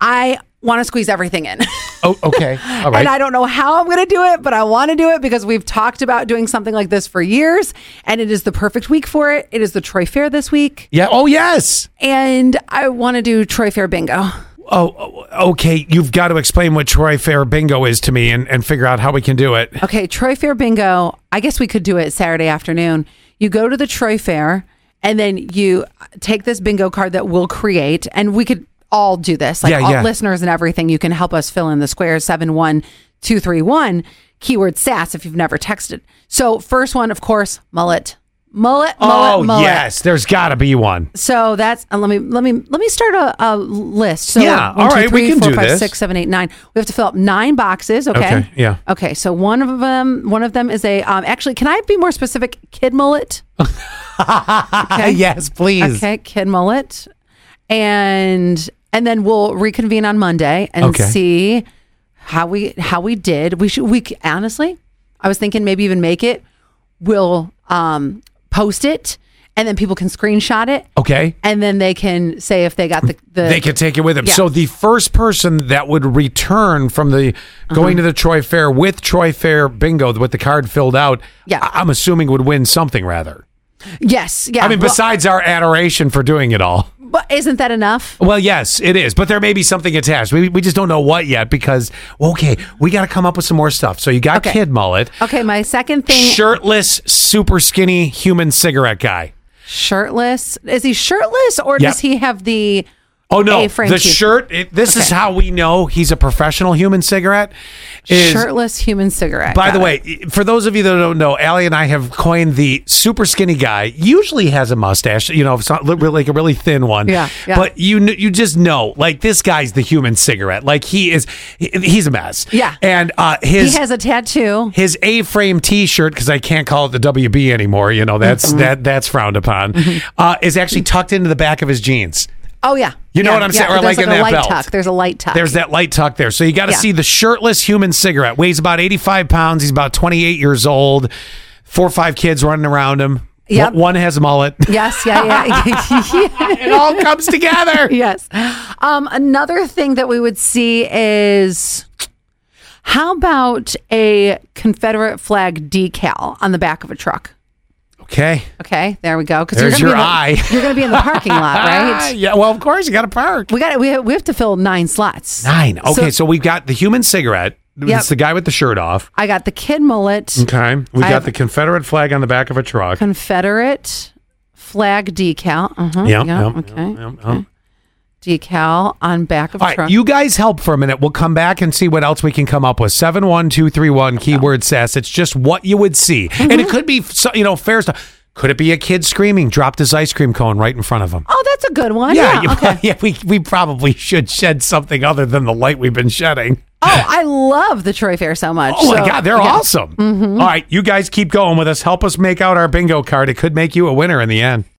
I want to squeeze everything in. Oh, okay. All right. And I don't know how I'm going to do it, but I want to do it because we've talked about doing something like this for years, and it is the perfect week for it. It is the Troy Fair this week, yeah. Oh, yes. and I want to do Troy Fair bingo. Oh, oh, okay. You've got to explain what Troy Fair bingo is to me and, and figure out how we can do it. Okay, Troy Fair bingo. I guess we could do it Saturday afternoon. You go to the Troy Fair and then you take this bingo card that we'll create, and we could all do this. Like Yeah, all yeah. listeners and everything, you can help us fill in the squares seven one two three one keyword sass if you've never texted. So first one, of course, mullet, mullet, mullet, oh, mullet. yes. There's got to be one. So that's uh, let me let me let me start a, a list. So Yeah, one, all two, right, we three, can four, do five, this. six, seven, eight, nine. We have to fill up nine boxes. Okay. Okay, yeah. Okay. So one of them one of them is a um. Actually, can I be more specific? Kid mullet. okay. Yes, please. Okay. Kid mullet, and and then we'll reconvene on Monday and Okay. see how we how we did. We should we c- honestly, I was thinking maybe even make it. We'll um post it. And then people can screenshot it Okay. and then they can say if they got the, the They can take it with them. Yeah. So the first person that would return from the Uh-huh. going to the Troy Fair with Troy Fair bingo with the card filled out, Yeah. I- I'm assuming would win something rather. yes yeah I mean, Uh, well, besides our adoration for doing it all. but isn't that enough Well, yes, it is, but there may be something attached. We, we just don't know what yet because okay, we got to come up with some more stuff. So you got Okay. kid mullet, okay my second thing shirtless, super skinny human cigarette guy. shirtless is he shirtless or Yeah. does he have the Oh no, A-frame the cube. shirt. It, this is Okay. how we know he's a professional human cigarette. Is shirtless human cigarette by the Got it. way, for those of you that don't know, Allie and I have coined the super skinny guy. Usually has a mustache, you know, it's not li- really like a really thin one. Yeah, yeah. But you kn- you just know, like this guy's the human cigarette. Like he is, he- he's a mess. Yeah. and uh, he his has a tattoo his A-frame T-shirt because I can't call it the WB anymore. You know that's that that's frowned upon. Mm-hmm. Uh, is actually tucked into the back of his jeans. oh yeah You know Yeah, what I'm yeah. saying? Or there's like in a that light belt. tuck there's a light tuck There's that light tuck there. So you got to Yeah. see the shirtless human cigarette. Weighs about 85 pounds. He's about 28 years old. Four or five kids running around him. Yep. One- One has a mullet. yes yeah yeah it all comes together. yes um another thing that we would see is how about a confederate flag decal on the back of a truck Okay. Okay, there we go. Because There's you're your gonna be in eye. The, you're going to be in the parking lot, Ah, right? yeah. Well, of course you got to park. We got we have, we have to fill nine slots. Nine. Okay. So, we've got the human cigarette. Yep. It's the guy with the shirt off. I got the kid mullet, Okay. We I got have- the Confederate flag on the back of a truck. Confederate flag decal. Uh-huh, yeah. yeah, yeah, okay. yeah, yeah. Decal on back of All right, truck. you guys help for a minute. We'll come back and see what else we can come up with. Seven one two three one keyword sass. It's just what you would see, and Mm-hmm. it could be so- you know fair stuff. Could it be a kid screaming, dropped his ice cream cone right in front of him? oh, that's a good one. Yeah. you- okay. yeah. We we probably should shed something other than the light we've been shedding. Oh, I love the Troy Fair so much. Oh my so- God, they're yeah. Mm-hmm. awesome! All right, you guys keep going with us. Help us make out our bingo card. It could make you a winner in the end.